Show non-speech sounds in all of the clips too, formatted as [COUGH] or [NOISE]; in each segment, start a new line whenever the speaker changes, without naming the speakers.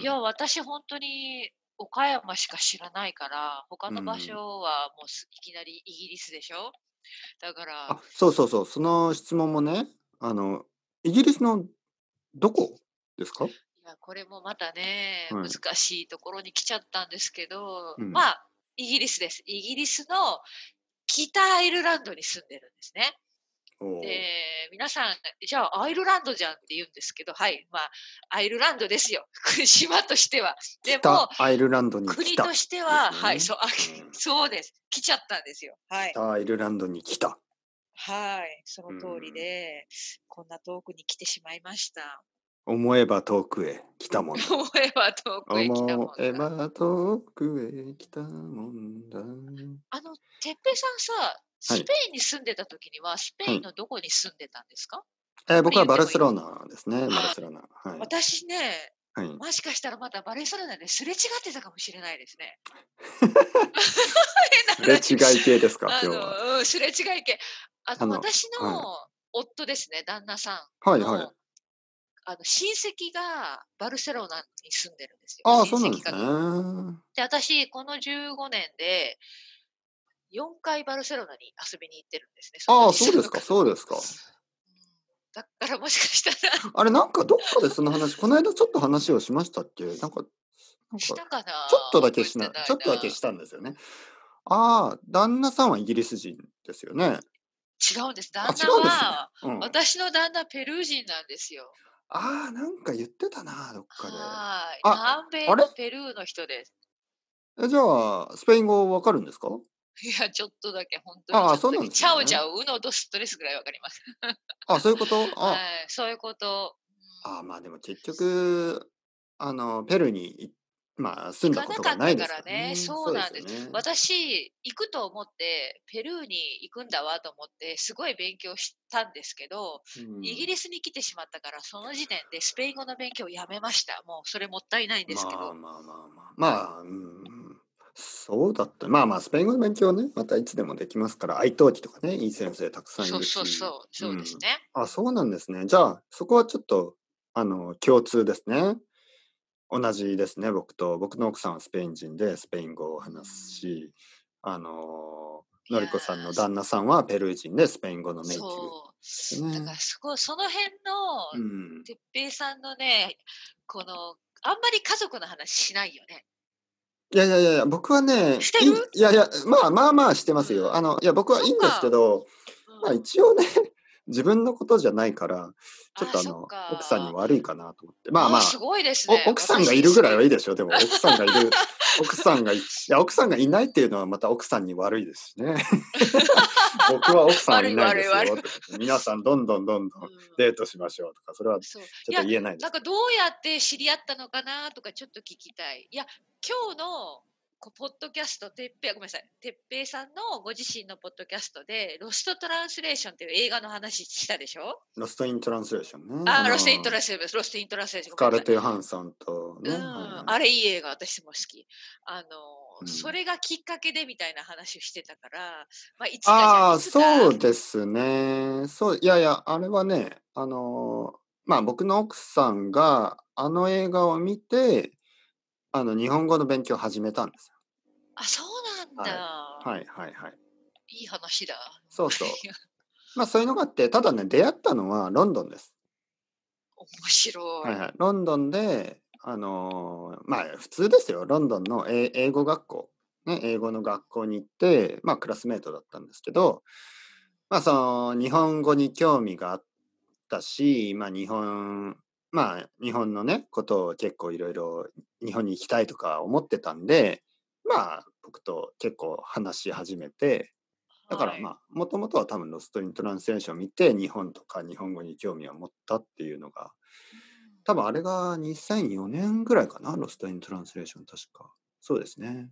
いや、私本当に岡山しか知らないから、他
う
の場所
ん。
はもうすいきなりイギリスでしょだから、
あ、そうそうそう、その質問もね、あの、イギリスのどこですか
いや、これもまたね、
はい。
難しいところに来ちゃったんですけど、
う
ま
ん。
あ、イギリスです。イギリスの北アイルランドに住んでるんですね。
おー
で、皆さん、じゃあアイルランドじゃんって言うんですけど、はい、まあ、アイルランドですよ。 [LAUGHS] 島としては。で
北
も、
アイルランドに来
国と
た
して
で
は、
すよ
はい、
ね。
そう、あ、
うん。
そうです。来ちゃったんですよ。はい。
北アイルランドに来た。
はい、そうの通り
ん。
で、こんな遠くに来てしまいました。 [LAUGHS]
思えば遠くへ来たもんだ。
思えば [LAUGHS] 遠くへ来たもん
思え
だ。
ば遠くへ来たもんだ。
あの、てっぺいさんさ、
は
ス
い。
ペインに住んでた時には、スペ
は
イン
い。
のどこに住んでたんですか
えー
これ
僕は
言っ
バ
て
ル
もい
セ
い
ロナですね。バル
は
セロナ。はい。
私ね、
はい。
もしかしたらまたバレセロナですれ違ってたかもしれないですね。
[LAUGHS] す
変
れ
な話。
違い系ですか、
[LAUGHS] あ
今日は。
の、うんすれ違い系。あ
あ
の、
の、
私
はい。
の夫ですね、旦那さ
は
ん
いはい。
の、あの、親戚がバルセロナに住んでるんですよ。
ああ、
親
そうなんで
戚
す
が。
ね。
で、私、この15年で、4回バルセロナに遊びに行ってるんですね、その
あ
お
あ、
じ
そう
さん
です
の
か、
家
そう
族
で
と。
すか。
だからもしかしたら
あれ、なんかどっかでその話、この間ちょっと話をしましたっけなんか、なん
し
か、
たかな
ちょっとだけ
覚え
してな、
な
ちょ
い
っとだけし
な。
たんですよね。ああ、旦那さんはイギリス人ですよね。
違うんです。
あ、
旦
違
那
うんですね。
は、
うん。
私の旦那ペルー人なんですよ。
ああ、なんか言ってたな、どっかで。
はーい。
あ、
南米
あれ
のペルーの人です。 [LAUGHS]
えじゃあ、スペイン語わかるんですか
いや、ちょっとだけ、本当に
あ
ち
あ、
ょっ
そ
と
う
だ
なん
け、
です
チャオチ
ね。
ャオ、ウノドストレスぐらいわかります。
あ、そういうことあ、
はい、そういうこと。うん
あーまあでも結局あのペルーにいまあ住
行
んだ
か
こ
な
と
か
が
っ
な
た
いで
か
す
ら
から
ね、
ね
そう
そうで
なん
すよ
です。
ね
私、行くと思って、ペルーに行くんだわと思って、すごい勉強したんですけど、
う
イギ
ん
リスに来てしまったから、その時点でスペイン語の勉強をやめました。もうそれもったいないんですけ
まあ
ど。
まあまあまあ
はい。
まあうんそうだったまあまあスペイン語の勉強はねまたいつでもできますから愛登記とかねいい先生たくさんい
そう
る
そう
し
そう、
う
そうです
ん
ね。
あそうなんですねじゃあそこはちょっとあの共通ですね同じですね僕と僕の奥さんはスペイン人でスペイン語を
うん
話すしあの
い
の
やー、
りこさんの旦那さんはペルー人でスペイン語のネイティブ
そう。
です
だか
ね。
らすごい、その辺の、
うん、
てっぺいさんのね、この、あんまり家族の話しないよね。
いやいやいやいや、僕はね、
して
い
る
い、いやいや、まあまあまあして
う
ます
ん。
よ。あの、いや、僕は
そ
いい
っ
んですけ
か。
ど、
う
まあ
ん。
一応ね、 [LAUGHS] 自分のことじゃないから、ちょっ
あ、
とあ
そっ
の、奥さんに
か。
悪いかなと思って。まあ
あ、
ますあ、
ごいです
お
ね。
奥さんがい
私、
るぐ
そ
らい
れ。
はいいでしょ。でも、奥さんがい
[LAUGHS]
る、奥さんがい、いや、奥さんがいないっていうのはまた奥さんに悪いですし
[LAUGHS]
ね。僕は奥さん
悪
い
い
ないで
悪い
す
悪い。
よとか言って、皆さんどんどんどんどん
うん。
デートしましょうとか、それは
そう。
ちょ
い
っと
や、
言えないで
な
す。
んかどうやって知り合ったのかなとかちょっと聞きたい。いや、今日のこポッドキャスト、てっぺい、ごめんなさい、てっぺいさんのご自身のポッドキャストで、ロストトランスレーションっていう映画の話したでしょ
ロストイントランスレーションね。あ
あ、ロストイント
の、
ランスレーション、ロストイントランスレーション、
ス
ご
カー
めんな
レッ
さい。
ト・ヨハンソンと
う
ね、はい
ん、
はい。
あれいい映画、私も好き。あの、
う
そ
ん、
れがきっかけでみたいな話をしてたから、まあ、いつかじゃあ、 [LAUGHS]
あ
い
あ、
つか、
そうですね。そう、いやいや、あれはね、あのまあ僕の奥さんがあの映画を見て、あの日本語の勉強を始めたんです
あ、そうなん
よ。はい。
だ。
はいはいはい。
いい話だ。
そうそう。まあそういうのがあって、ただね、出会ったのはロンドンです。
[LAUGHS] 面白
はい
い。
はい。ロンドンで、あのまあ普通ですよ。ロンドンの英英語学校。ね、英語の学校に行って、まあクラスメートだったんですけど、まあその日本語に興味があったし、まあ日本、まあ日本のね、ことを結構いろいろ日本に行きたいとか思ってたんで、まあ僕と結構話し始めて、だか
は
ら
い。
まあ、もともとは多分ロストイントランスレーションを見て、日本とか日本語に興味を持ったっていうのが、
うん
多分あれが2004年ぐらいかな、ロストイントランスレーション確か。そうですね。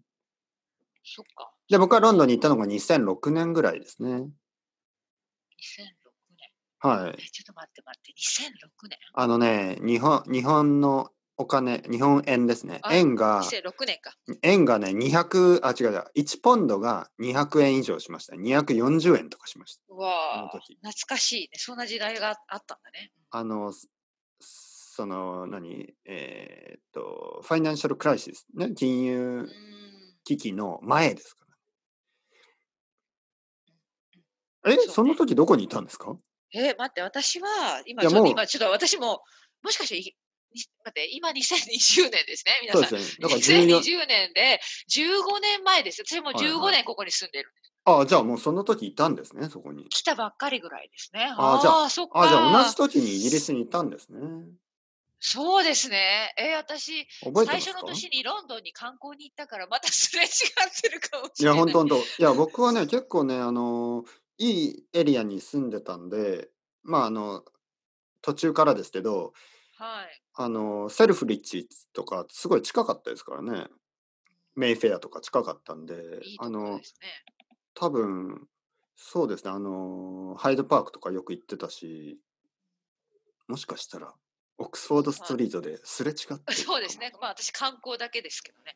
そっか、
で、
そ
僕は
の
ロンドンに行ったのが2006年ぐらいですね。
2006年。
はい。
え、ちょっと待って待って、2006年
あのね、日本、日本のお金、日本円ですね。
あ、
円が、
2006年か。
円がね、200、あ、違う違う、1ポンドが200円以上しました。240円とかしました。
う
あの
わあ、
時。
懐かしいね。そんな時代がああったんだね。
あの、そその、何、えーっと、ファイナンシャルクライシス、ね、金融
うん
危機の前ですか
う
ら。
ん
え、
そうね
その時どこにいたんですか
えー待って、私は、今、
いや
ちょっと
もう
今、ちょっと私も、もしかしてい、い待って、今2020年ですね、皆
そう
さ
で
ん。
すよね。だから14
2020年で、15年前です。私も
は
う
いはい
15年ここに住んでる。
あ、じゃあもうその時いたんですね、そこに。
来たばっかりぐらいですね。
あーじゃ
あー、そっか。
あ、じゃあ同じ時にイギリスにいたんですね。
そうですね。えー私、
覚えてま
最
す
初の
か
年にロンドンに観光に行ったから、またすれ違ってるかもし
い
れ
や、
な
本
い。
当本当。いや、僕はね、結構ね、あの、いいエリアに住んでたんで、まあ、あの、途中からですけど、
はい。
あの、セルフリッチとか、すごい近かったですからね。メイフェアとか近かったんで、
いいと
あ
ころ
の
で、すね。 [LAUGHS]
多分、そうですね、あの、ハイドパークとかよく行ってたし、もしかしたら、オックスフォードストリートですれ違ってるかも
そうですね。まあ私観光だけですけどね。